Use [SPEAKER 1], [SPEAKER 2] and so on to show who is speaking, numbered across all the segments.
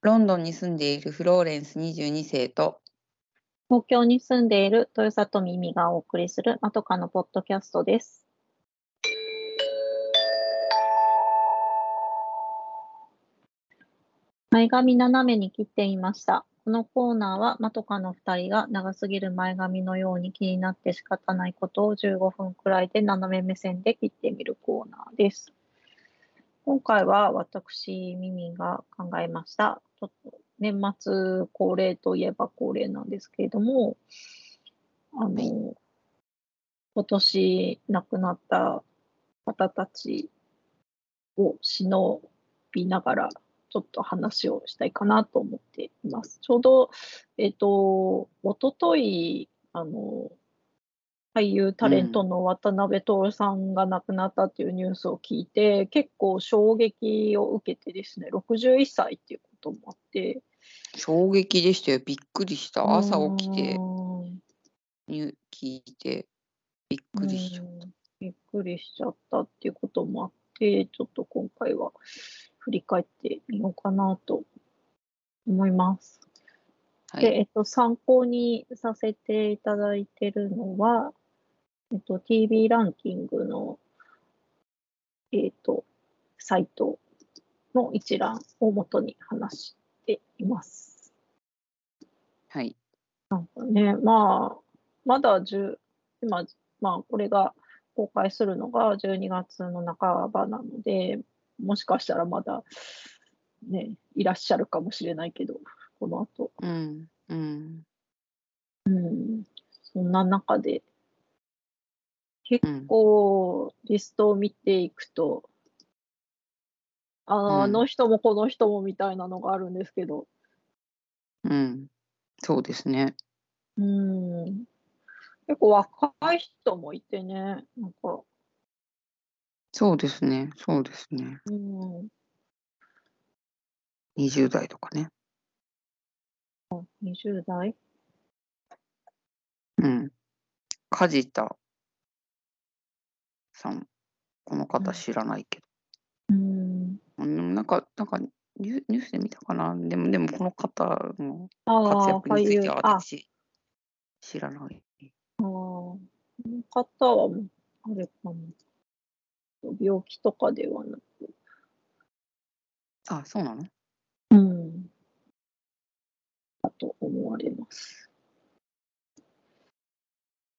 [SPEAKER 1] ロンドンに住んでいるフローレンス22世と
[SPEAKER 2] 東京に住んでいる豊里耳がお送りするまとかのポッドキャストです。前髪斜めに切っていました。このコーナーはまとかの2人が長すぎる前髪のように気になって仕方ないことを15分くらいで斜め目線で切ってみるコーナーです。今回は私、耳が考えました。ちょっと年末恒例といえば恒例なんですけれども、あの、今年亡くなった方たちを忍びながら、ちょっと話をしたいかなと思っています。ちょうど、えっ、と、おととい、あの、俳優タレントの渡辺徹さんが亡くなったっていうニュースを聞いて、結構衝撃を受けてですね、61歳っていうこともあって、
[SPEAKER 1] 衝撃でしたよびっくりした朝起きて
[SPEAKER 2] うーん
[SPEAKER 1] に聞いてびっくりしちゃう
[SPEAKER 2] うんびっくりしちゃったっていうこともあって、ちょっと今回は振り返ってみようかなと思います。
[SPEAKER 1] は
[SPEAKER 2] で、
[SPEAKER 1] い
[SPEAKER 2] えっと、参考にさせていただいてるのは、えっと、TV ランキングの、えっと、サイトの一覧をもとに話しています。
[SPEAKER 1] はい
[SPEAKER 2] ね、まあ、まだ10、今、まあ、これが公開するのが12月の半ばなので、もしかしたらまだ、ね、いらっしゃるかもしれないけど、この後。
[SPEAKER 1] うんうん
[SPEAKER 2] うん、そんな中で、
[SPEAKER 1] うん
[SPEAKER 2] こう、リストを見ていくと、
[SPEAKER 1] うん
[SPEAKER 2] ああの人もこの人もみたいなのがあるんですけど、
[SPEAKER 1] うんそうですね
[SPEAKER 2] うん、結構若い人もいてね、なんか、
[SPEAKER 1] そうですねそうですね
[SPEAKER 2] うん、
[SPEAKER 1] 20代とかね
[SPEAKER 2] 20代
[SPEAKER 1] うん梶田さんこの方
[SPEAKER 2] うん
[SPEAKER 1] 知らないけど
[SPEAKER 2] うん。
[SPEAKER 1] うん、なんか、なんかニュニュースで見たかな。でも、でもこの方の活
[SPEAKER 2] ああ、
[SPEAKER 1] 躍については
[SPEAKER 2] あ、あ
[SPEAKER 1] 私、知らない。
[SPEAKER 2] この方は、あれかな。病気とかではなく。
[SPEAKER 1] あ、そうなの
[SPEAKER 2] うん。だと思われます。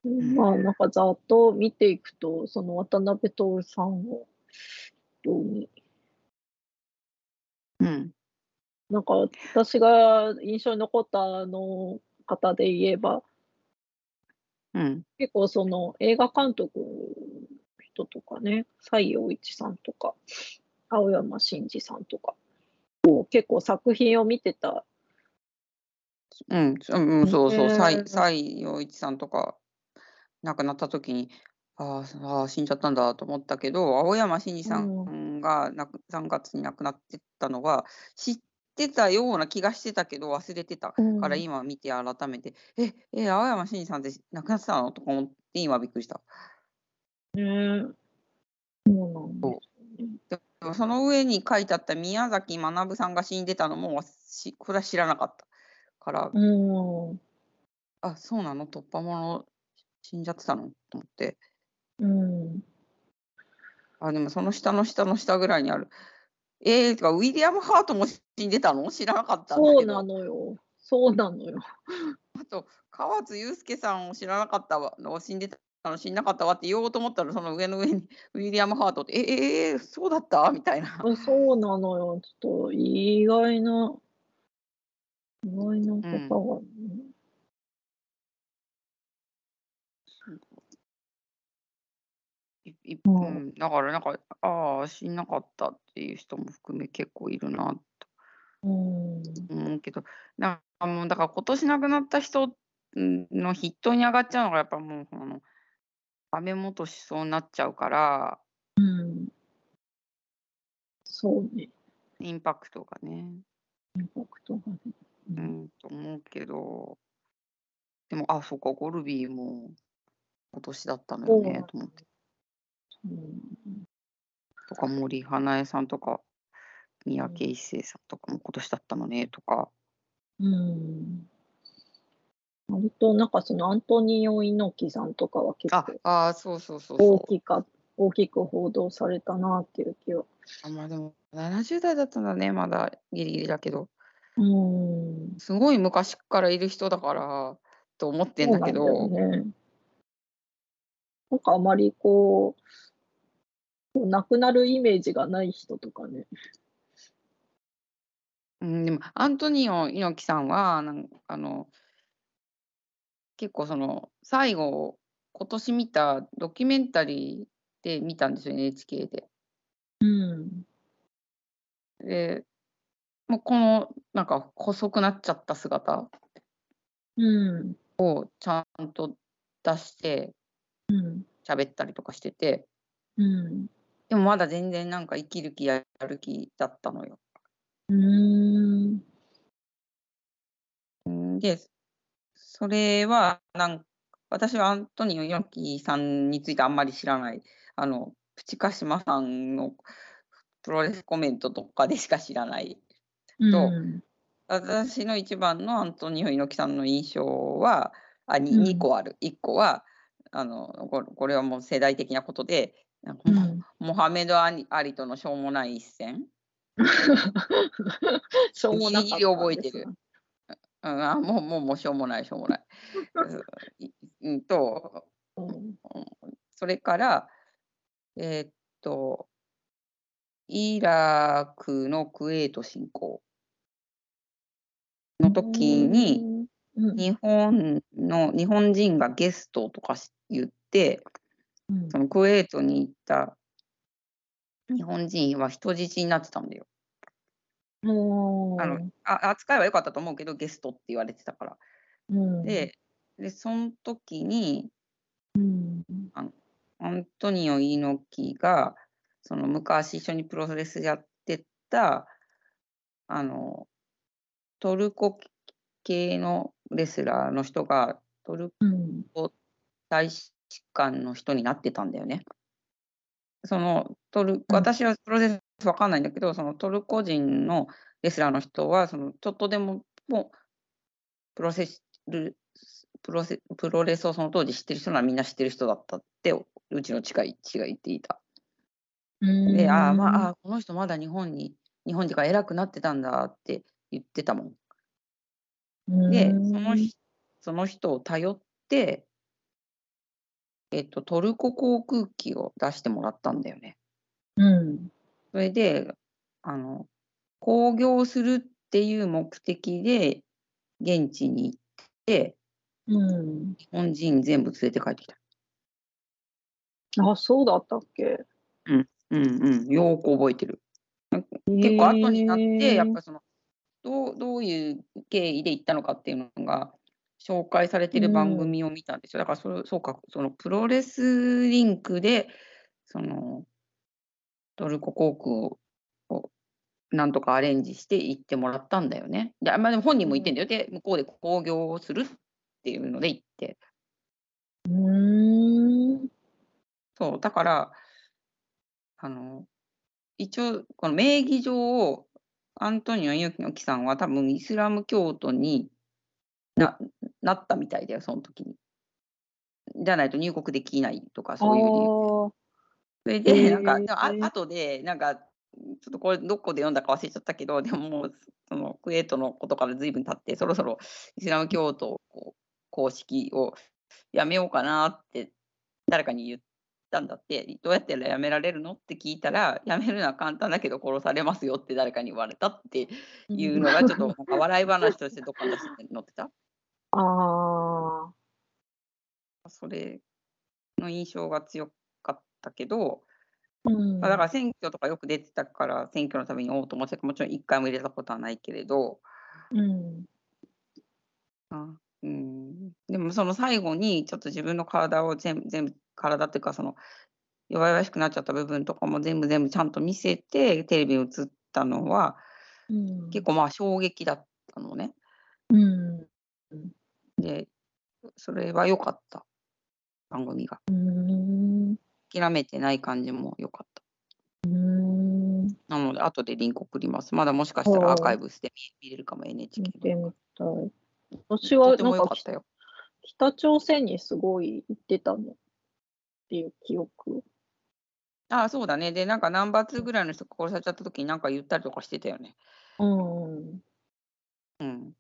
[SPEAKER 1] ん
[SPEAKER 2] まあ、なんかざっと見ていくと、その渡辺徹さんを、どうに、
[SPEAKER 1] うん。
[SPEAKER 2] なんか私が印象に残ったあの方で言えば、
[SPEAKER 1] うん。
[SPEAKER 2] 結構その映画監督の人とかね、西洋一さんとか、青山真司さんとか、こう結構作品を見てた、
[SPEAKER 1] うん、そうん、そうそう、
[SPEAKER 2] ね
[SPEAKER 1] 蔡蔡陽一さんとか、亡くなった時に、あーあー、死んじゃったんだと思ったけど、青山真司さ
[SPEAKER 2] うん
[SPEAKER 1] が亡く3月に亡くなってたのは、知ってたような気がしてたけど、忘れてた。から
[SPEAKER 2] うん
[SPEAKER 1] 今見て改めて、え、え、青山真司さんって亡くなってたのとか思って今びっくりした。
[SPEAKER 2] ね。そうなんで
[SPEAKER 1] でもその上に書いてあった宮崎学さんが死んでたのもわしこれは知らなかったから、
[SPEAKER 2] す。うん。
[SPEAKER 1] あ、そうなの突破者死んじゃってたのと思って。
[SPEAKER 2] うん。
[SPEAKER 1] あ、でもその下の下の下ぐらいにある。えー、とか、ウィリアム・ハートも死んでたの知らなかったんだけど。
[SPEAKER 2] そうなのよ。そうなの よ。
[SPEAKER 1] あと、河津祐介さんを知らなかったわ、の死んでたの、死んなかったわって言おうと思ったら、その上の上にウィリアム・ハートって、ええー、そうだったみたいな。
[SPEAKER 2] そうなのよ。ちょっと意外な、意外な方が、ね
[SPEAKER 1] いい
[SPEAKER 2] うん
[SPEAKER 1] うん、だから、なんか、ああ、死んなかったっていう人も含め結構いるなと
[SPEAKER 2] うん。
[SPEAKER 1] 思うけど、なんかもう、だから今年亡くなった人うんの筆頭に上がっちゃうのが、やっぱもう、この、安倍元首相になっちゃうから、
[SPEAKER 2] うん。そうね。
[SPEAKER 1] インパクトがね。
[SPEAKER 2] インパクトがね。
[SPEAKER 1] う
[SPEAKER 2] うん
[SPEAKER 1] ん、と思うけど、でも、あ、そうか、ゴルビーも今年だったのよね、と思って。
[SPEAKER 2] うん
[SPEAKER 1] とか、森英恵さんとか、三宅一生さんとかも今年だったのねとか。
[SPEAKER 2] うん。割となんかそのアントニオ猪木さんとかは結
[SPEAKER 1] あ
[SPEAKER 2] 構
[SPEAKER 1] あー、そうそうそうそう
[SPEAKER 2] 大。きか大きく報道されたなっていう気は。
[SPEAKER 1] あまあでも70代だったんだねまだギリギリだけど
[SPEAKER 2] うん。
[SPEAKER 1] すごい昔からいる人だからと思ってんだけど
[SPEAKER 2] そうなんだよね。なんかあまりこう、こう亡くなるイメージがない人とかね。
[SPEAKER 1] うん、でもアントニオ猪木さんはなんかあの結構その最後今年見たドキュメンタリーで見たんですよ NHK で。
[SPEAKER 2] うん。
[SPEAKER 1] でもうこのなんか細くなっちゃった姿
[SPEAKER 2] うん。
[SPEAKER 1] をちゃんと出して
[SPEAKER 2] うん。
[SPEAKER 1] 喋ったりとかしてて
[SPEAKER 2] うん。
[SPEAKER 1] でもまだ全然なんか生きる気やる気だったのよ。
[SPEAKER 2] うーん。
[SPEAKER 1] うんでそれはなん私はアントニオ猪木さんについてあんまり知らないあのプチカシマさんのプロレスコメントとかでしか知らない
[SPEAKER 2] うん。
[SPEAKER 1] 私の一番のアントニオ猪木さんの印象はあに
[SPEAKER 2] うん
[SPEAKER 1] 2個ある、1個はあのこれこれはもう世代的なことでなんか
[SPEAKER 2] う
[SPEAKER 1] モ,、
[SPEAKER 2] ん
[SPEAKER 1] ハメド・アリアリとのしょうもない一戦、
[SPEAKER 2] しょうもなかった
[SPEAKER 1] ギリギ
[SPEAKER 2] んですが
[SPEAKER 1] リ覚えてる。うん、あもうもうもうしょうもないしょうもない。うんうんと
[SPEAKER 2] うん
[SPEAKER 1] それから、えーっと、イラクのクウェート侵攻の時に、、
[SPEAKER 2] うん
[SPEAKER 1] 日本の日本人がゲストとかし言って、
[SPEAKER 2] うん
[SPEAKER 1] そのクウェートに行った日本人は人質になってたんだよ。
[SPEAKER 2] うん
[SPEAKER 1] あのあ扱いは良かったと思うけど、ゲストって言われてたから。
[SPEAKER 2] うん、
[SPEAKER 1] で、でその時に、
[SPEAKER 2] うん、
[SPEAKER 1] アントニオ猪木がその昔一緒にプロレスやってたあのトルコ系のレスラーの人がトルコ
[SPEAKER 2] うん、
[SPEAKER 1] 大使館の人になってたんだよね。そのトル私はプロレスわかんないんだけどそのトルコ人のレスラーの人はそのちょっとでももうプロセスルプロセプロレスをその当時知ってる人ならみんな知ってる人だったってうちの近い知が言っていた。
[SPEAKER 2] うん
[SPEAKER 1] で、ああ、まあ、あーこの人まだ日本に、日本人が偉くなってたんだって言ってたもん。で、その
[SPEAKER 2] うん
[SPEAKER 1] ひその人を頼って、えっと、トルコ航空機を出してもらったんだよね。
[SPEAKER 2] うん、
[SPEAKER 1] それで、あの、興行するっていう目的で、現地に行って、
[SPEAKER 2] うん、
[SPEAKER 1] 日本人全部連れて帰ってきた。
[SPEAKER 2] あ、そうだったっけ
[SPEAKER 1] うんうん、よーく覚えてる。結構後になって、やっぱ
[SPEAKER 2] り、
[SPEAKER 1] りそのどうどういう経緯で行ったのかっていうのが紹介されてる番組を見たんですよ。だからそれそうかそのプロレスリンクでそのトルコ航空ををなんとかアレンジして行ってもらったんだよね。でまあ、でも本人も行ってんだよ。で向こうで興行をするっていうので行って。
[SPEAKER 2] うーん、
[SPEAKER 1] そう、だから、あの、一応、この名義上を、アントニオ猪木の木さんは多分イスラム教徒にななったみたいだよ、その時に。じゃないと入国できないとか、そういう理由。
[SPEAKER 2] ああ、
[SPEAKER 1] それ
[SPEAKER 2] へ
[SPEAKER 1] で、
[SPEAKER 2] え
[SPEAKER 1] なんか、あ後で、なんか、ちょっとこれ、どこで読んだか忘れちゃったけど、でももう、そのクウェートのことからずいぶん経って、そろそろイスラム教徒をこう公式をやめようかなって、誰かに言ったんだって、どうやったらやめられるのって聞いたら、やめるのは簡単だけど殺されますよって誰かに言われたっていうのが、ちょっとなんか笑い話としてどっかに載ってた。
[SPEAKER 2] ああ、
[SPEAKER 1] それの印象が強かったけど、
[SPEAKER 2] うん、
[SPEAKER 1] まあ、だから選挙とかよく出てたから選挙のためにおうと思ってたけどもちろん一回も入れたことはないけれど、
[SPEAKER 2] うん、
[SPEAKER 1] あうん、でもその最後にちょっと自分の体を全部全部体っていうかその弱々しくなっちゃった部分とかも全部全部ちゃんと見せてテレビに映ったのは
[SPEAKER 2] うん、
[SPEAKER 1] 結構まあ衝撃だったのね。
[SPEAKER 2] うん、
[SPEAKER 1] でそれは良かった番組が
[SPEAKER 2] うーん、
[SPEAKER 1] 諦めてない感じも良かった。
[SPEAKER 2] うーん、
[SPEAKER 1] なので、後でリンク送ります。まだもしかしたらアーカイブして見見れるかも、NHK
[SPEAKER 2] 見
[SPEAKER 1] の。
[SPEAKER 2] てみたい。私
[SPEAKER 1] と
[SPEAKER 2] は
[SPEAKER 1] ても
[SPEAKER 2] なん
[SPEAKER 1] 良
[SPEAKER 2] か
[SPEAKER 1] かっ
[SPEAKER 2] き
[SPEAKER 1] たよ。
[SPEAKER 2] 北朝鮮にすごい行ってたのっていう記憶。
[SPEAKER 1] ああ、そうだね。で、なんかナンバー2ぐらいの人が殺されちゃった時になんか言ったりとかしてたよね。
[SPEAKER 2] うん。
[SPEAKER 1] うん。うん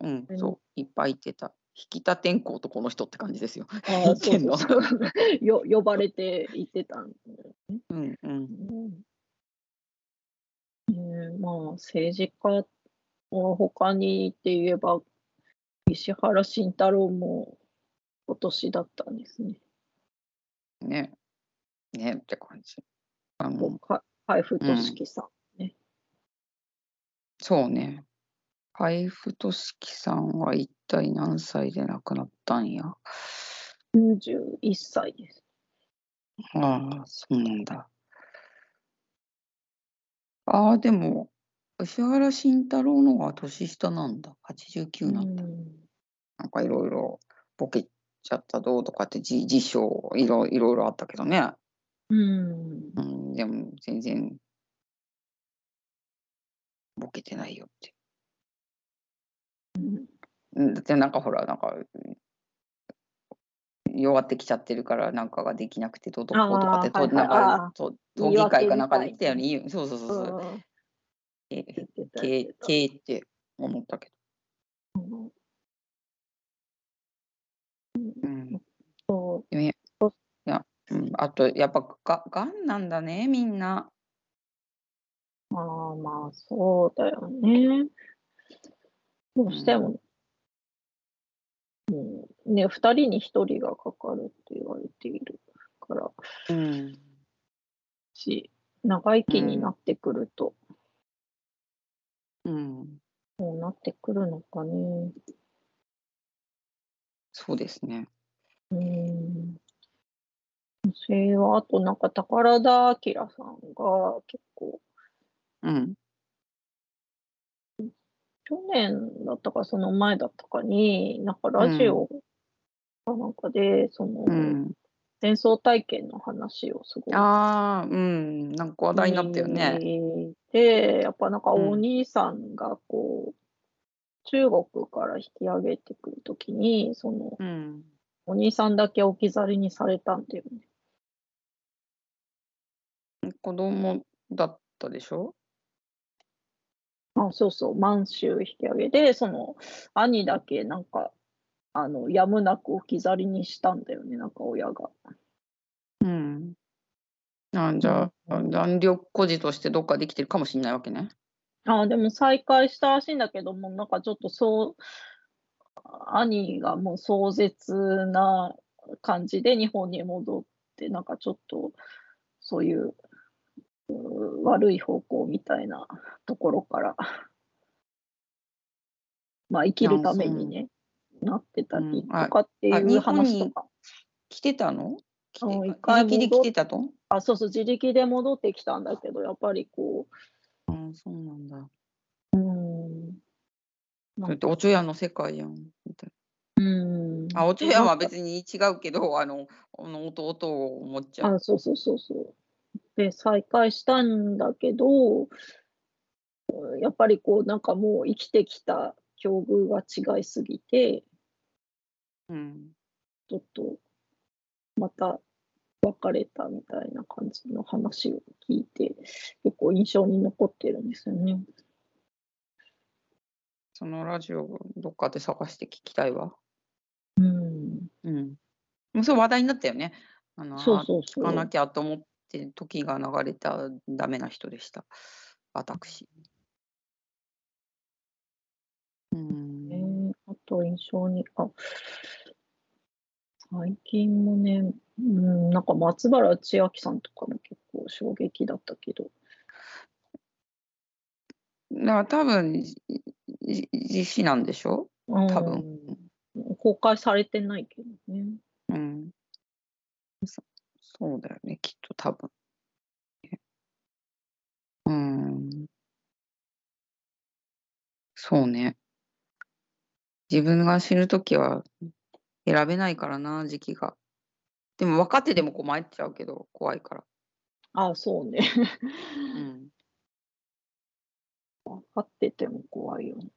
[SPEAKER 2] う、ん
[SPEAKER 1] そう。いっぱい言ってた。引田天功とこの人って感じですよ。
[SPEAKER 2] あ
[SPEAKER 1] 行
[SPEAKER 2] ー
[SPEAKER 1] ってんの
[SPEAKER 2] そうそうそうよ 呼ばれて行ってたんだよね。
[SPEAKER 1] うんうん。
[SPEAKER 2] うんねえまあ政治家を他にって言えば石原慎太郎も今年だったんですね。
[SPEAKER 1] ね。ねって感じ。あの
[SPEAKER 2] か海部俊樹さん。
[SPEAKER 1] そうね。海部俊樹さんは一体何歳で亡くなったんや。
[SPEAKER 2] 91歳です。
[SPEAKER 1] ああ、そうなんだ。ああ、でも、石原慎太郎の方が年下なんだ。89なんだ。
[SPEAKER 2] うん
[SPEAKER 1] なんかいろいろボケちゃったどうとかって辞辞書いろいろいろあったけどね。
[SPEAKER 2] うん
[SPEAKER 1] うん、でも全然ボケてないよって。うんだってなんかほら、なんか、弱ってきちゃってるから、なんかができなくてどうとかこうとかって、
[SPEAKER 2] あー
[SPEAKER 1] と
[SPEAKER 2] は
[SPEAKER 1] ないん
[SPEAKER 2] はい
[SPEAKER 1] か、と都議会かなんかで言ってたよね。言うそうそうそう
[SPEAKER 2] う
[SPEAKER 1] そう。
[SPEAKER 2] ん
[SPEAKER 1] え
[SPEAKER 2] 言ってた
[SPEAKER 1] 経
[SPEAKER 2] 言っ
[SPEAKER 1] 営
[SPEAKER 2] てた
[SPEAKER 1] 経営って思ったけど。うん。
[SPEAKER 2] そ
[SPEAKER 1] ねうん、あと、やっぱが、がんなんだね、みんな。
[SPEAKER 2] うまあまあそうだよね。どうしても、うん、ね2人に1人がかかるって言われているから
[SPEAKER 1] うん。
[SPEAKER 2] し長生きになってくると、
[SPEAKER 1] うん。
[SPEAKER 2] こうなってくるのかね。
[SPEAKER 1] そうですね。
[SPEAKER 2] うん私はあとなんか宝田明さんが結構
[SPEAKER 1] うん。
[SPEAKER 2] 去年だったかその前だったかになんかラジオかなんかで、その
[SPEAKER 1] うん。
[SPEAKER 2] 戦争体験の話をすごい
[SPEAKER 1] ああ、うん。なんか話題になったよね。
[SPEAKER 2] 聞いてやっぱなんか
[SPEAKER 1] うん
[SPEAKER 2] お兄さんがこう、中国から引き上げてくるときにその
[SPEAKER 1] うん。
[SPEAKER 2] お兄さんだけ置き去りにされたんだよね。
[SPEAKER 1] 子供だったでしょ
[SPEAKER 2] あそうそう満州引き上げでその兄だけなんかあのやむなく置き去りにしたんだよねなんか親が。
[SPEAKER 1] うん。あじゃあ、残虐孤児としてどっかできてるかもしれないわけね。
[SPEAKER 2] あでも再会したらしいんだけども、なんかちょっとそう、兄がもう壮絶な感じで日本に戻って、なんかちょっとそういううー悪い方向みたいなところから、まあ生きるためにね、なってたりとかって
[SPEAKER 1] うんああ
[SPEAKER 2] い
[SPEAKER 1] 日
[SPEAKER 2] う
[SPEAKER 1] 本
[SPEAKER 2] 話と
[SPEAKER 1] に
[SPEAKER 2] か、
[SPEAKER 1] 来てたの来て
[SPEAKER 2] うん一
[SPEAKER 1] あ
[SPEAKER 2] 回
[SPEAKER 1] 自力で来てたと
[SPEAKER 2] あ、そうそう、自力で戻ってきたんだけど、やっぱりこ
[SPEAKER 1] うん、そうなんだ。
[SPEAKER 2] う、うーん、
[SPEAKER 1] それっておちょやんの世界やん。みたいう
[SPEAKER 2] ーん。
[SPEAKER 1] なあ、おちょやんは別に違うけど、あ の、あの弟を思っちゃう。
[SPEAKER 2] あ、そうそうそうそう。で、再会したんだけど、やっぱりこう、なんかもう生きてきた境遇が違いすぎて、
[SPEAKER 1] うん。
[SPEAKER 2] ちょっと、また別れたみたいな感じの話を聞いて、結構印象に残ってるんですよね。
[SPEAKER 1] そのラジオをどっかで探して聞きたいわ。
[SPEAKER 2] うん。
[SPEAKER 1] うん。もうそう話題になったよね。あの
[SPEAKER 2] そうそう
[SPEAKER 1] あ聞
[SPEAKER 2] そ
[SPEAKER 1] かな
[SPEAKER 2] う。
[SPEAKER 1] きゃと思って時が流れたダメな人でした。私。うん。
[SPEAKER 2] ねあと印象に、あ、最近もね、うん、なんか松原千明さんとかも結構衝撃だったけど、
[SPEAKER 1] だから多分、じじ自死なんでしょ多分
[SPEAKER 2] うん。公開されてないけどね。
[SPEAKER 1] うん。そそうだよね、きっと多分。うん。そうね。自分が死ぬときは選べないからな、時期が。でも分 かっててもこう参っちゃうけど、怖いから。
[SPEAKER 2] ああ、そうね。
[SPEAKER 1] うん。
[SPEAKER 2] 分かってても怖いよね。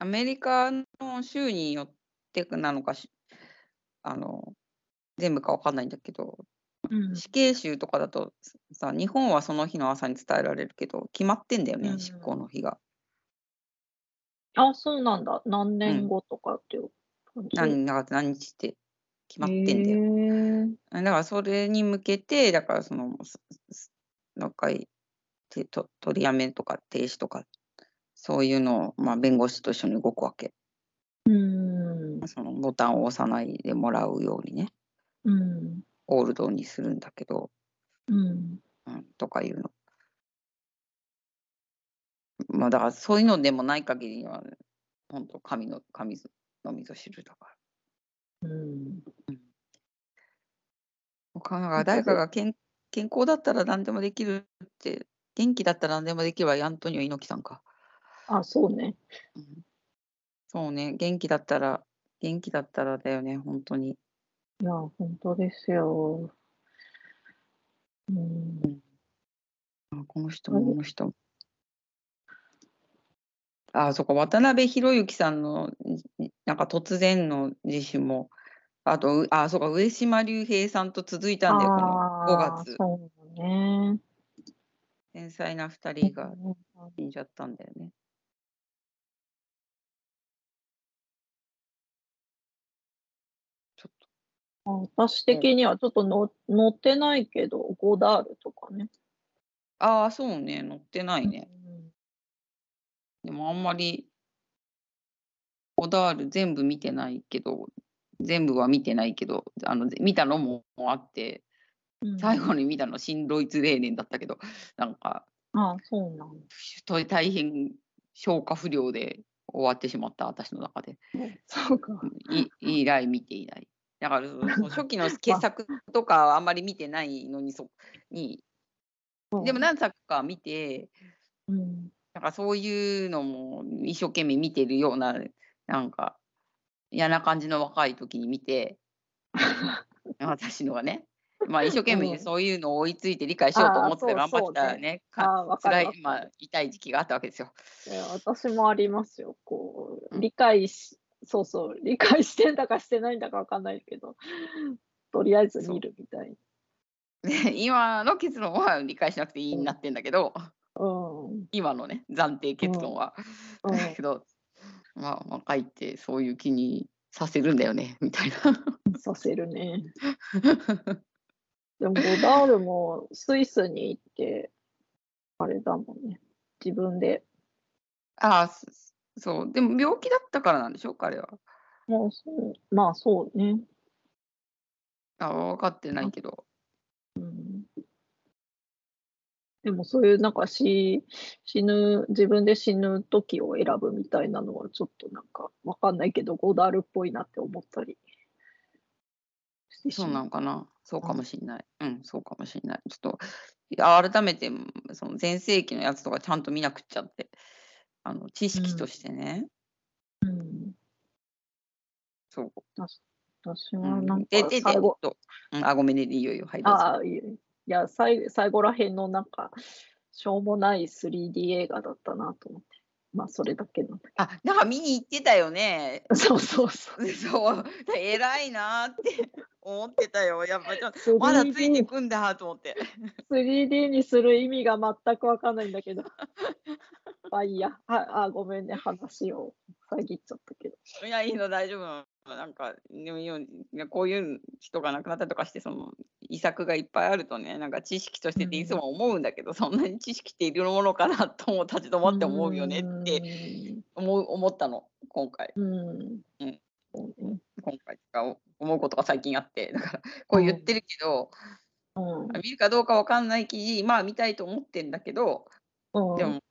[SPEAKER 1] アメリカの州によってなのかしあの全部か分かんないんだけど
[SPEAKER 2] うん
[SPEAKER 1] 死刑囚とかだとさ日本はその日の朝に伝えられるけど決まってんだよね、
[SPEAKER 2] うん
[SPEAKER 1] 執行の日が
[SPEAKER 2] あ、そうなんだ。何年後とかっていう感じ。
[SPEAKER 1] 何だから何日って決まってんだよ、
[SPEAKER 2] よ。
[SPEAKER 1] だからそれに向けてだからそのすすなんかいてと取りやめとか停止とかそういうのを、まあ、弁護士と一緒に動くわけ
[SPEAKER 2] うん。
[SPEAKER 1] そのボタンを押さないでもらうようにね
[SPEAKER 2] うん。
[SPEAKER 1] オールドにするんだけど、
[SPEAKER 2] うん。
[SPEAKER 1] うん、とかいうのまあだからそういうのでもない限りは本当神の神のみぞ知るだから。
[SPEAKER 2] うん。
[SPEAKER 1] 他が誰かが健健康だったら何でもできるって元気だったら何でもできるはアントニオ猪木さんか、
[SPEAKER 2] あ、そうね。
[SPEAKER 1] うんそうね元気だったら元気だったらだよね本当に
[SPEAKER 2] いや、本当ですよ。うん。
[SPEAKER 1] あこの人もこの人もあそこ渡辺裕之さんのじなんか突然の自死もあとうあそうか上島竜兵さんと続いたんだよこの
[SPEAKER 2] あ
[SPEAKER 1] 5
[SPEAKER 2] あ、
[SPEAKER 1] 月
[SPEAKER 2] そうね。
[SPEAKER 1] 繊細な2人が死んじゃったんだよねちょっと
[SPEAKER 2] あ私的にはちょっとの乗ってないけど、ゴダールとかね。
[SPEAKER 1] ああ、そうね、乗ってないね。
[SPEAKER 2] うん
[SPEAKER 1] でもあんまり、オダール全部見てないけど、全部は見てないけど、あの見たのもあって、
[SPEAKER 2] うん
[SPEAKER 1] 最後に見たの新ドイツレーネンだったけど、なんか、
[SPEAKER 2] ああ、そうなんだ。
[SPEAKER 1] と大変消化不良で終わってしまった、私の中で。
[SPEAKER 2] そうか。
[SPEAKER 1] い以来見ていない。だからその初期の傑作とかはあんまり見てないのにそにでも何作か見て
[SPEAKER 2] うん。
[SPEAKER 1] なんかそういうのも一生懸命見てるようななんか嫌な感じの若い時に見 て私のはね、まあ、一生懸
[SPEAKER 2] う
[SPEAKER 1] 命
[SPEAKER 2] ん
[SPEAKER 1] そういうのを追いついて理解しようと思ってたら
[SPEAKER 2] あーそう
[SPEAKER 1] 頑張ってたらね
[SPEAKER 2] あ
[SPEAKER 1] か
[SPEAKER 2] あ、わか
[SPEAKER 1] 辛
[SPEAKER 2] るわ
[SPEAKER 1] い、まあ、痛い時期があったわけですよ。
[SPEAKER 2] いや私もありますよ。こ
[SPEAKER 1] う
[SPEAKER 2] う、
[SPEAKER 1] ん
[SPEAKER 2] 理解し、そうそう、理解してんだかしてないんだかわかんないけど、とりあえず見るみたい
[SPEAKER 1] で 今の結論は理解しなくていいになってんだけど
[SPEAKER 2] な。うん。うん。
[SPEAKER 1] 今のね暫定結論は。だけど、まあ、若いってそういう気にさせるんだよねみたいな。
[SPEAKER 2] させるね。でも、ゴダールもスイスに行って、あれだもんね。自分で。
[SPEAKER 1] ああそそうでも病気だったからなんでしょ彼は。
[SPEAKER 2] もうそう、まあそうね。
[SPEAKER 1] あ分かってないけど。
[SPEAKER 2] うんでもそういうなんか死死ぬ自分で死ぬ時を選ぶみたいなのはちょっとなんかわかんないけどゴダールっぽいなって思ったりしてし
[SPEAKER 1] そうな
[SPEAKER 2] まう。
[SPEAKER 1] のかなそうかもしんない。うん、そうかもしんない。ちょっといや改めてその前世紀のやつとかちゃんと見なくっちゃってあの知識としてね、
[SPEAKER 2] うん、
[SPEAKER 1] そう。
[SPEAKER 2] 私
[SPEAKER 1] う
[SPEAKER 2] は
[SPEAKER 1] ん
[SPEAKER 2] なんか
[SPEAKER 1] ででで
[SPEAKER 2] 最後、
[SPEAKER 1] えっとうん、あご めんねいいよいいよはいどうぞ
[SPEAKER 2] ああいえいや最最後らへんのなんかしょうもない 3D 映画だったなと思ってまあそれだけなんだけ
[SPEAKER 1] あなんか見に行ってたよね
[SPEAKER 2] どそうそうそう
[SPEAKER 1] そう、偉いなーって思ってたよ。やっぱちょっと、
[SPEAKER 2] 3D,
[SPEAKER 1] まだついてくんだと思って。
[SPEAKER 2] 3D にする意味が全くわかんないんだ けど。まあいいや。はあ、ごめんね。話を遮っちゃったけど。
[SPEAKER 1] いや、いいの、大丈夫なの。なんか、でもいいよいやこういう人が亡くなったりとかして、その遺作がいっぱいあるとね、なんか知識としてっていつも思うんだけど、そんなに知識っているものかなとも立ち止まって思うよねって思う思ったの、今回。
[SPEAKER 2] うーん。
[SPEAKER 1] う
[SPEAKER 2] うんん。そうね
[SPEAKER 1] 今回が思うことが最近あって、だから、こう言ってるけど、
[SPEAKER 2] うん
[SPEAKER 1] 見るかどうかわかんない記事、まあ見たいと思ってんだけど、
[SPEAKER 2] うん
[SPEAKER 1] でも、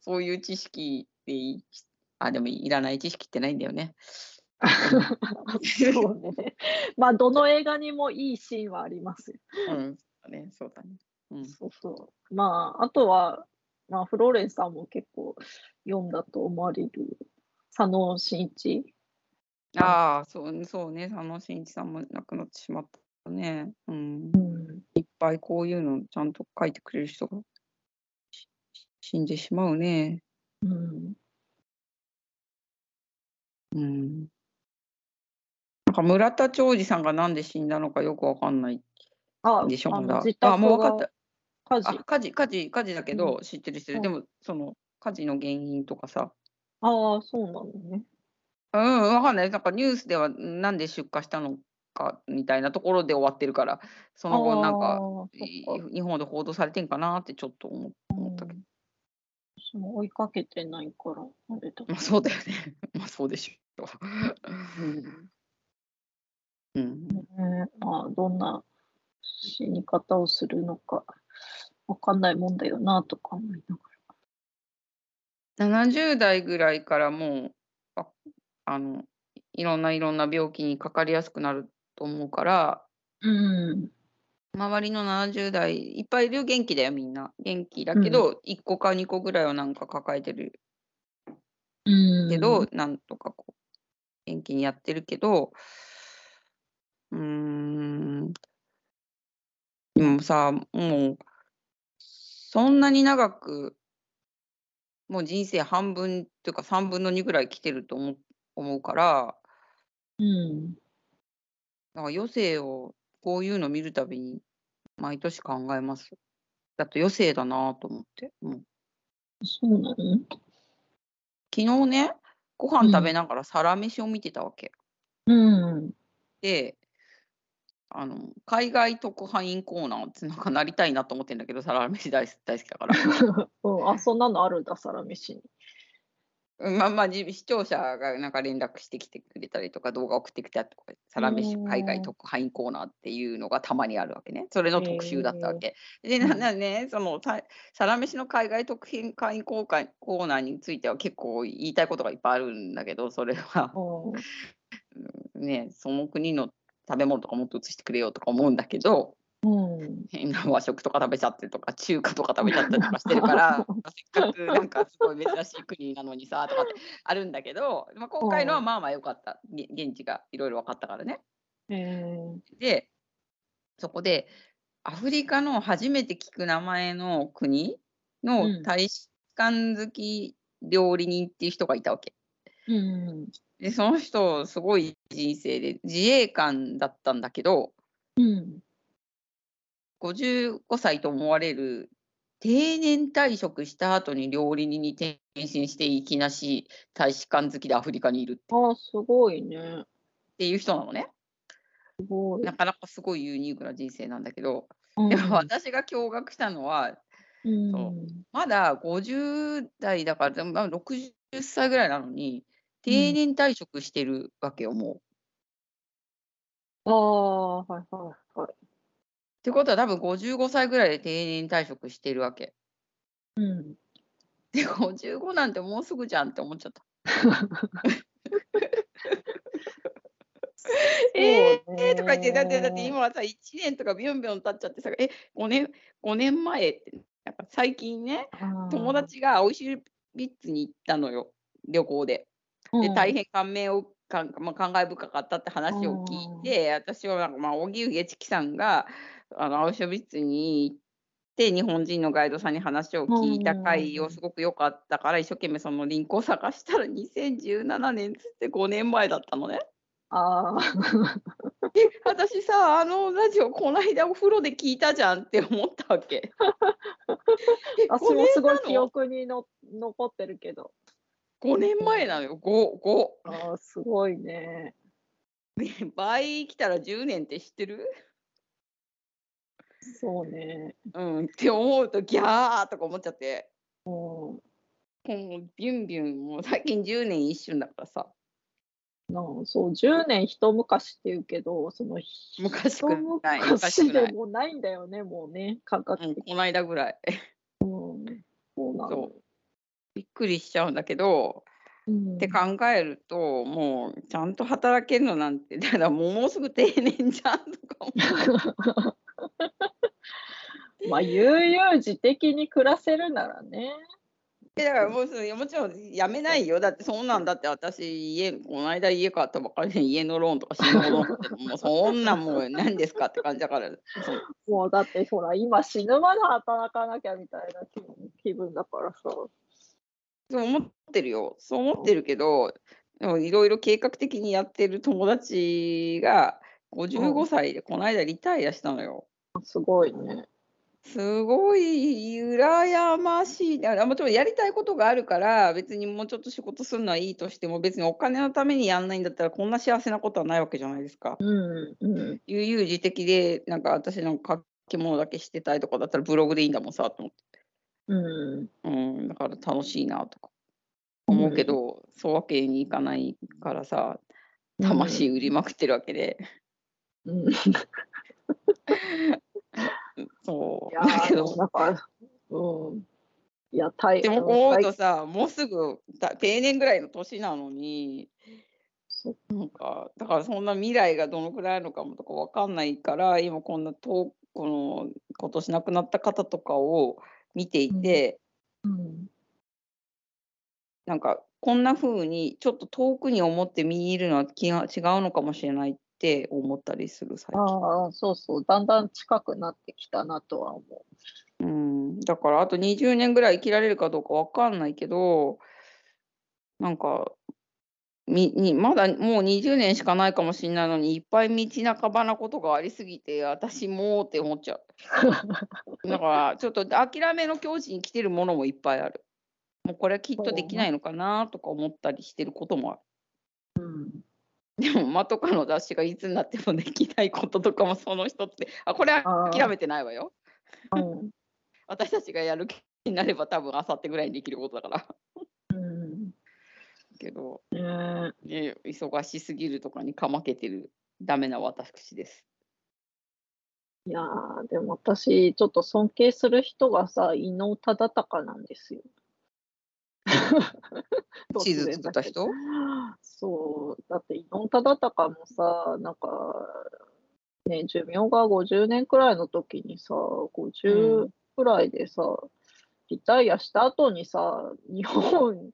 [SPEAKER 1] そういう知識でいい、あ、でもいらない知識ってないんだよね。
[SPEAKER 2] そうね。まあ、どの映画にもいいシーンはありますよ。
[SPEAKER 1] うん、そうだね、そうだね。うん、
[SPEAKER 2] そうそう。まあ、あとは、まあ、フローレンスさんも結構読んだと思われる佐野真一。
[SPEAKER 1] ああ、そうそうね、佐野真一さんも亡くなってしまったね。うん、いっ
[SPEAKER 2] うん。
[SPEAKER 1] ぱいこういうのちゃんと書いてくれる人が死んでしまうね。
[SPEAKER 2] うん。
[SPEAKER 1] うん。なんか村田兆治さんがなんで死んだのかよくわかんない
[SPEAKER 2] あ
[SPEAKER 1] んでしょま
[SPEAKER 2] あの
[SPEAKER 1] だ
[SPEAKER 2] 自。
[SPEAKER 1] あ、
[SPEAKER 2] 宅
[SPEAKER 1] もう分か
[SPEAKER 2] が
[SPEAKER 1] った。
[SPEAKER 2] 火事。
[SPEAKER 1] あ、火事、火事、火事だけど知ってる人、
[SPEAKER 2] うん
[SPEAKER 1] でもその火事の原因とかさ。
[SPEAKER 2] ああ、そうなのね。
[SPEAKER 1] うん、わかんない。なんかニュースではなんで出火したのかみたいなところで終わってるから、その後なん
[SPEAKER 2] あー
[SPEAKER 1] か
[SPEAKER 2] そっ
[SPEAKER 1] い
[SPEAKER 2] か
[SPEAKER 1] 日本で報道されてんかなってちょっと思う。 思ったけ
[SPEAKER 2] うん私も追いかけてないから、あれだ。
[SPEAKER 1] まあそうだよね。 まあそうでしょ
[SPEAKER 2] う
[SPEAKER 1] う。
[SPEAKER 2] ん
[SPEAKER 1] うん。
[SPEAKER 2] ねえまあ、どんな死に方をするのか、わかんないもんだよな、とか思いなが
[SPEAKER 1] 70代ぐらいからもうああのいろんないろんな病気にかかりやすくなると思うから
[SPEAKER 2] ら。うん。
[SPEAKER 1] 周りの70代いっぱいいるよ元気だよみんな元気だけど、1個か2個ぐらいはなんか抱えてる
[SPEAKER 2] うん。
[SPEAKER 1] けど、なんとかこう元気にやってるけどうーんでもさもうそんなに長くもう人生半分というか3分の2ぐらい来てると思う思うから
[SPEAKER 2] うん。
[SPEAKER 1] なんか余生をこういうの見るたびに毎年考えます。だって余生だなと思って。もう
[SPEAKER 2] そうなの
[SPEAKER 1] 昨日ねご飯食べながらサラメシを見てたわけ。
[SPEAKER 2] うん。
[SPEAKER 1] であの海外特派員コーナーってなんかなりたいなと思ってんだけどサラメシ大好き大好きだから。
[SPEAKER 2] うん、あ、そんなのあるんだ、サラメシに。
[SPEAKER 1] うんまあまあじ視聴者がなんか連絡してきてくれたりとか動画送ってきたりとかサラメシ
[SPEAKER 2] うん
[SPEAKER 1] 海外特派員コーナーっていうのがたまにあるわけねそれの特集だったわけ、でな
[SPEAKER 2] うん
[SPEAKER 1] なねそのさサラメシの海外特派員公開コーナーについては結構言いたいことがいっぱいあるんだけどそれは
[SPEAKER 2] うん
[SPEAKER 1] ねその国の食べ物とかもっと映してくれよとか思うんだけど
[SPEAKER 2] うん。
[SPEAKER 1] 変な和食とか食べちゃってるとか中華とか食べちゃったりとかしてるからせっかくなんかすごい珍しい国なのにさとかってあるんだけど、まあ、今回のはまあまあ良かったげ現地がいろいろ分かったからね。
[SPEAKER 2] えー、
[SPEAKER 1] でそこでアフリカの初めて聞く名前の国
[SPEAKER 2] う
[SPEAKER 1] の
[SPEAKER 2] ん
[SPEAKER 1] 大使館好き料理人っていう人がいたわけ。
[SPEAKER 2] うん。
[SPEAKER 1] でその人すごい人生で自衛官だったんだけど
[SPEAKER 2] うん。
[SPEAKER 1] 55歳と思われる定年退職した後に料理人に転身していきなし大使館好きでアフリカにいるっ
[SPEAKER 2] あ、すごいね。
[SPEAKER 1] ていう人なのね
[SPEAKER 2] すごい。
[SPEAKER 1] なかなかすごいユニークな人生なんだけど
[SPEAKER 2] うん
[SPEAKER 1] でも私が驚愕したのは
[SPEAKER 2] うん。
[SPEAKER 1] まだ50代だからでもまあ60歳ぐらいなのに定年退職してるわけよもう。っ
[SPEAKER 2] ああ、はいはいはい。
[SPEAKER 1] てことは多分55歳ぐらいで定年退職してるわけ。
[SPEAKER 2] うん。
[SPEAKER 1] で55なんてもうすぐじゃんって思っちゃった。え
[SPEAKER 2] そう
[SPEAKER 1] えーとか言って、だって、
[SPEAKER 2] ね
[SPEAKER 1] だって今はさ、1年とかビョンビョン経っちゃってさ、え、5年、5年前って、なんか最近ね、友達が青いシルビッツに行ったのよ、旅行で。で、大
[SPEAKER 2] 変。
[SPEAKER 1] 変感銘を、かんまあ、感慨深かったって話を聞いて、私はなんか、まあ、荻上チキさんが、あの、アウシュビッツに行って、日本人のガイドさんに話を聞いた回
[SPEAKER 2] う
[SPEAKER 1] を
[SPEAKER 2] ん
[SPEAKER 1] すごく良かったから、一生懸命そのリンクを探したら、2017年つって5年前だったのね。
[SPEAKER 2] ああ。
[SPEAKER 1] で私さあのラジオこないだお風呂で聞いたじゃんって思ったわけ。え
[SPEAKER 2] 私
[SPEAKER 1] 5
[SPEAKER 2] も
[SPEAKER 1] 年
[SPEAKER 2] すごい
[SPEAKER 1] な
[SPEAKER 2] 記
[SPEAKER 1] の
[SPEAKER 2] 憶にの残ってるけど。
[SPEAKER 1] 5年前なのよ55
[SPEAKER 2] ああ、すごいね。
[SPEAKER 1] 倍来たら10年って知ってる
[SPEAKER 2] そうね。
[SPEAKER 1] うんって思うとギャーとか思っちゃって
[SPEAKER 2] うん。
[SPEAKER 1] もうビュンビュンもう最近10年一瞬だからさ
[SPEAKER 2] なんそう10年一昔っていうけどその一
[SPEAKER 1] 昔くない昔
[SPEAKER 2] 昔
[SPEAKER 1] くな
[SPEAKER 2] で
[SPEAKER 1] い
[SPEAKER 2] もうないんだよねもうね感覚
[SPEAKER 1] うん
[SPEAKER 2] 的
[SPEAKER 1] こないだぐらい
[SPEAKER 2] そうなの
[SPEAKER 1] そびっくりしちゃうんだけど
[SPEAKER 2] うん
[SPEAKER 1] って考えるともうちゃんと働けるのなんてだからもうもうすぐ定年じゃんとか思う
[SPEAKER 2] まあ悠々自適に暮らせるならね
[SPEAKER 1] えだからもうそのもちろんやめないよだってそんなんだって私家この間家買ったばっかりで家のローンとか死ぬほど持っててもうそんなんもう何ですかって感じだからそう
[SPEAKER 2] もうだってほら今死ぬまで働かなきゃみたいな気も気分だからさ。
[SPEAKER 1] そう思ってるよ。そう思ってるけど、でもいろいろ計画的にやってる友達が
[SPEAKER 2] うん
[SPEAKER 1] 55歳でこの間リタイアしたのよ。
[SPEAKER 2] すごいね。
[SPEAKER 1] すごい羨ましい。あもちろんやりたいことがあるから、別にもうちょっと仕事するのはいいとしても、別にお金のためにやんないんだったら、こんな幸せなことはないわけじゃないですか。
[SPEAKER 2] うんうん。
[SPEAKER 1] 悠々自適で、なんか私の書き物だけしてたいとかだったらブログでいいんだもんさと思って。
[SPEAKER 2] うん。
[SPEAKER 1] うん、だから楽しいなとか思うけど、そうわけにいかないからさ、魂売りまくってるわけで、
[SPEAKER 2] うん。い
[SPEAKER 1] そう。
[SPEAKER 2] や
[SPEAKER 1] だけ
[SPEAKER 2] ー、
[SPEAKER 1] ど、
[SPEAKER 2] なんか、うん。いや、大
[SPEAKER 1] で
[SPEAKER 2] 変。
[SPEAKER 1] もこう思うと
[SPEAKER 2] 大
[SPEAKER 1] さ、もうすぐだ定年ぐらいの年なのに、
[SPEAKER 2] そう
[SPEAKER 1] なんか、だからそんな未来がどのくらいあるのかもとかわかんないから、今こんな遠く、この今年亡くなった方とかを見ていて、
[SPEAKER 2] うん。
[SPEAKER 1] なんかこんな風にちょっと遠くに思って見入るのは気が違うのかもしれないって思ったりする最近。
[SPEAKER 2] ああ、そうそう。だんだん近くなってきたなとは思う。
[SPEAKER 1] うん、だからあと20年ぐらい生きられるかどうかわかんないけど、なんか、みにまだもう20年しかないかもしれないのにいっぱい道半ばなことがありすぎて私もうって思っちゃう。だからちょっと諦めの境地に来てるものもいっぱいある。もうこれはきっとできないのかなとか思ったりしてることもある。でも間とかの雑誌がいつになってもできないこととかもその一つで、あこれは諦めてないわよ。
[SPEAKER 2] うん。
[SPEAKER 1] 私たちがやる気になれば多分あさってぐらいにできることだから。
[SPEAKER 2] うん。
[SPEAKER 1] けど、
[SPEAKER 2] ねえ。
[SPEAKER 1] ね、忙しすぎるとかにかまけてるダメな私です。
[SPEAKER 2] いやー、でも私、ちょっと尊敬する人がさ、伊能忠敬な んですよ。
[SPEAKER 1] 地図作った
[SPEAKER 2] 突然だけど
[SPEAKER 1] 人
[SPEAKER 2] そう、だって伊能忠敬もさ、なんか、ね、寿命が50年くらいの時にさ、
[SPEAKER 1] う
[SPEAKER 2] 50
[SPEAKER 1] ん
[SPEAKER 2] くらいでさ、リタイアした後にさ、日本、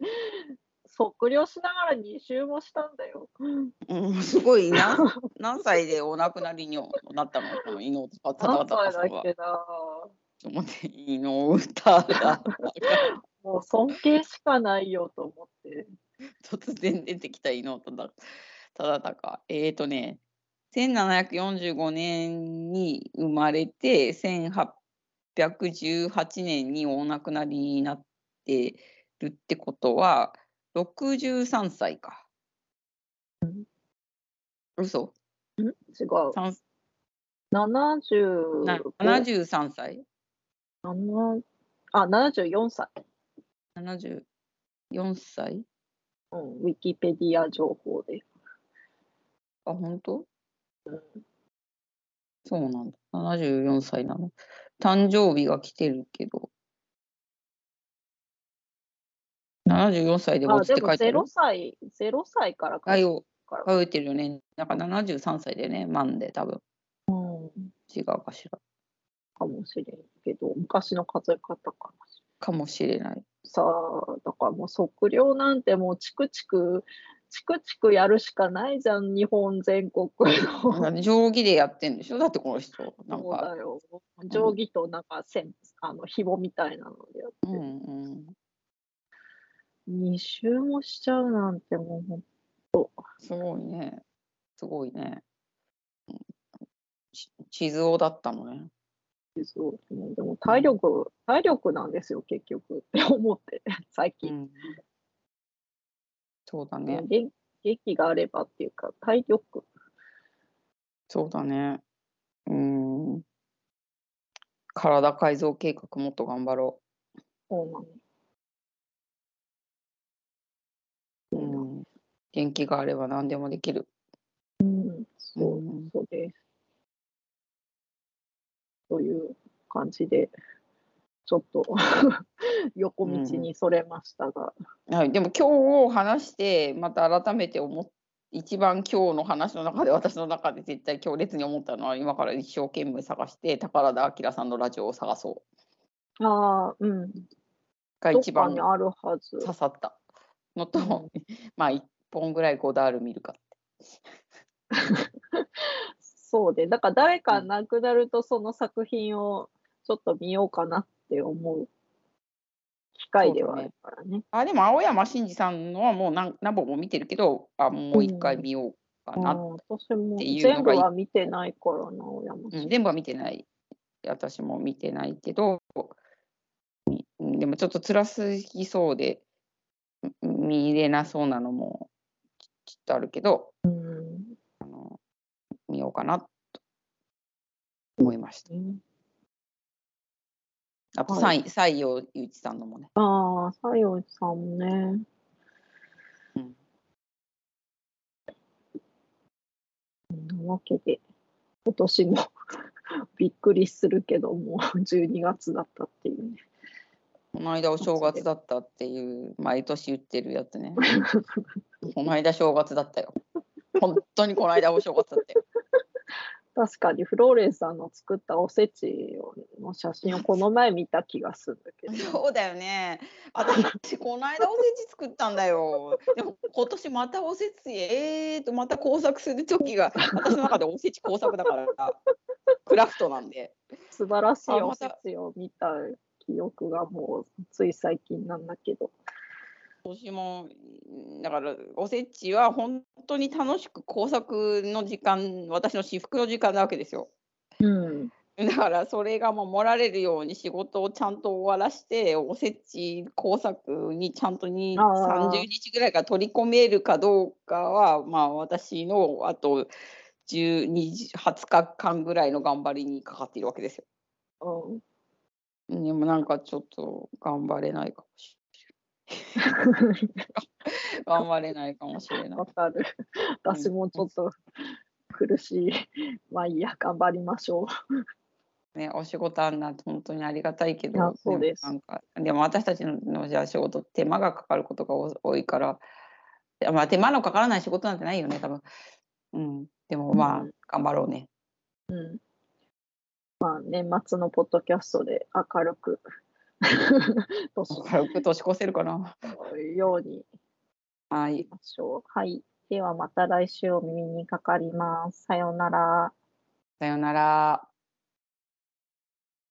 [SPEAKER 2] 測量しながら2周もしたんだよ。
[SPEAKER 1] うん、すごいな。 何歳でお亡くなりになったのこの伊能忠敬さん
[SPEAKER 2] 何歳だっ
[SPEAKER 1] は。
[SPEAKER 2] けな。
[SPEAKER 1] ちょっと待って、伊能 忠敬さん
[SPEAKER 2] もう尊敬しかないよと思って。
[SPEAKER 1] 突然出てきた伊能 忠忠敬。えっ、ー、とね、1745年に生まれて、1818年にお亡くなりになってるってことは、63歳か。嘘
[SPEAKER 2] 違う。
[SPEAKER 1] 三
[SPEAKER 2] 70
[SPEAKER 1] な ?73 歳
[SPEAKER 2] 7あ、74歳、
[SPEAKER 1] ?74 歳
[SPEAKER 2] うん。ウィキペディア情報で。
[SPEAKER 1] あ、本当そうなんだ。74歳なの。誕生日が来てるけど。74歳で
[SPEAKER 2] あ、
[SPEAKER 1] 落ち
[SPEAKER 2] で
[SPEAKER 1] って書
[SPEAKER 2] も
[SPEAKER 1] いてある
[SPEAKER 2] 0。歳、0歳から
[SPEAKER 1] あ
[SPEAKER 2] か。
[SPEAKER 1] よ、
[SPEAKER 2] から
[SPEAKER 1] 書いてるよね。なんか73歳だよね。万で多分。
[SPEAKER 2] うん、
[SPEAKER 1] 違うかしら。
[SPEAKER 2] かもしれんけど、昔の数え方かもしれん。
[SPEAKER 1] かもしれない。
[SPEAKER 2] さあ、だからもう測量なんてもうチクチク、チクチクやるしかないじゃん、日本全国の。
[SPEAKER 1] なんか定規でやってんでしょだってこの人。なん
[SPEAKER 2] そう
[SPEAKER 1] か。
[SPEAKER 2] だよ。定規となんか線、あの、紐みたいなのでやっ
[SPEAKER 1] う
[SPEAKER 2] て。
[SPEAKER 1] んうん。
[SPEAKER 2] 2周もしちゃうなんてもうほん
[SPEAKER 1] すごいね。すごいね。うんち地図王だったのね。
[SPEAKER 2] とそう、ね、でも体力、体力なんですよ、結局って思って、 最
[SPEAKER 1] う
[SPEAKER 2] 近。
[SPEAKER 1] ん。そうだね
[SPEAKER 2] 元。元気があればっていうか、体力。
[SPEAKER 1] そうだね。うーん。体改造計画もっと頑張ろ
[SPEAKER 2] そうなの。
[SPEAKER 1] う。うん。元気があれば何でもできる。
[SPEAKER 2] うん、そうう、
[SPEAKER 1] ん
[SPEAKER 2] そうです。という感じで、ちょっと 横道にそれましたが、
[SPEAKER 1] はい、でも今日を話して、また改めて思っ一番今日の話の中で私の中で絶対強烈に思ったのは今から一生懸命探して宝田明さんのラジオを探そう
[SPEAKER 2] ああ、うん、
[SPEAKER 1] が
[SPEAKER 2] どっ
[SPEAKER 1] 一
[SPEAKER 2] か
[SPEAKER 1] 番
[SPEAKER 2] にあるはず。
[SPEAKER 1] 刺さったのと、 まあ1本ぐらいゴダール見るか
[SPEAKER 2] そうで、だから誰か亡くなるとその作品をちょっと見ようかなって思う。機会ではあるからね。
[SPEAKER 1] あでも青山真司さんのはもう何何本も見てるけどあもう一回見ようか
[SPEAKER 2] あ
[SPEAKER 1] な、
[SPEAKER 2] ー私も
[SPEAKER 1] っていう
[SPEAKER 2] 全
[SPEAKER 1] の
[SPEAKER 2] 部
[SPEAKER 1] がいい
[SPEAKER 2] は見てないからな、青山
[SPEAKER 1] う
[SPEAKER 2] さ
[SPEAKER 1] ん
[SPEAKER 2] ん。
[SPEAKER 1] 全部は見てない私も見てないけどみうんでもちょっと辛すぎそうでみ見れなそうなのもちちょっとあるけど
[SPEAKER 2] うん
[SPEAKER 1] 見ようかなと思いました。あと
[SPEAKER 2] は
[SPEAKER 1] 3位、西洋祐一さんのもね。
[SPEAKER 2] ああ、西洋さんもね。
[SPEAKER 1] うん
[SPEAKER 2] なわけで、今年も びっくりするけども、12月 だったっていうね。
[SPEAKER 1] この間お正月だったっていう毎年言ってるやつね。この間正月だったよ。本当にこの間お正月だったよ。
[SPEAKER 2] 確かにフローレンさんの作ったおせちの写真をこの前見た気がするんだけど。
[SPEAKER 1] そうだよね。私、この間おせち作ったんだよ。でも、今年またおせち、えーと、また工作する時が、私の中でおせち工作だから、クラフトなんで。
[SPEAKER 2] 素晴らしい
[SPEAKER 1] あ
[SPEAKER 2] お
[SPEAKER 1] ま
[SPEAKER 2] せ
[SPEAKER 1] た
[SPEAKER 2] ちを見た記憶がもうつい最近なんだけど。
[SPEAKER 1] 今年も、だから、おせちは本当に楽しく工作の時間、私の私服の時間なわけですよ。
[SPEAKER 2] うん。
[SPEAKER 1] だからそれが守られるように仕事をちゃんと終わらしておせち工作にちゃんとに
[SPEAKER 2] あー
[SPEAKER 1] 30日ぐらいから取り込めるかどうかはまあ私のあと10 20 20日間ぐらいの頑張りにかかっているわけですよ。
[SPEAKER 2] うん、
[SPEAKER 1] でもなんかちょっと頑張れないかもしれない。頑張れないかもしれない
[SPEAKER 2] わ。かる。私もちょっと苦しい。まあいいや、頑張りましょう。
[SPEAKER 1] ね、お仕事あんな本当にありがたいけ
[SPEAKER 2] いや
[SPEAKER 1] ど、
[SPEAKER 2] そうです
[SPEAKER 1] もなんかでも私たちののじゃあ仕事手間がかかることが多多いから、いやまあ手間のかからない仕事なんてないよね、多分。うん、でもまあ、
[SPEAKER 2] うん
[SPEAKER 1] 頑張ろうね。
[SPEAKER 2] うん。まあ年末のポッドキャストで明るく 年を
[SPEAKER 1] 軽く年越せるかな。
[SPEAKER 2] ように
[SPEAKER 1] はい
[SPEAKER 2] し。ましょう。はい。ではまた来週お耳にかかります。さようなら。
[SPEAKER 1] さようなら。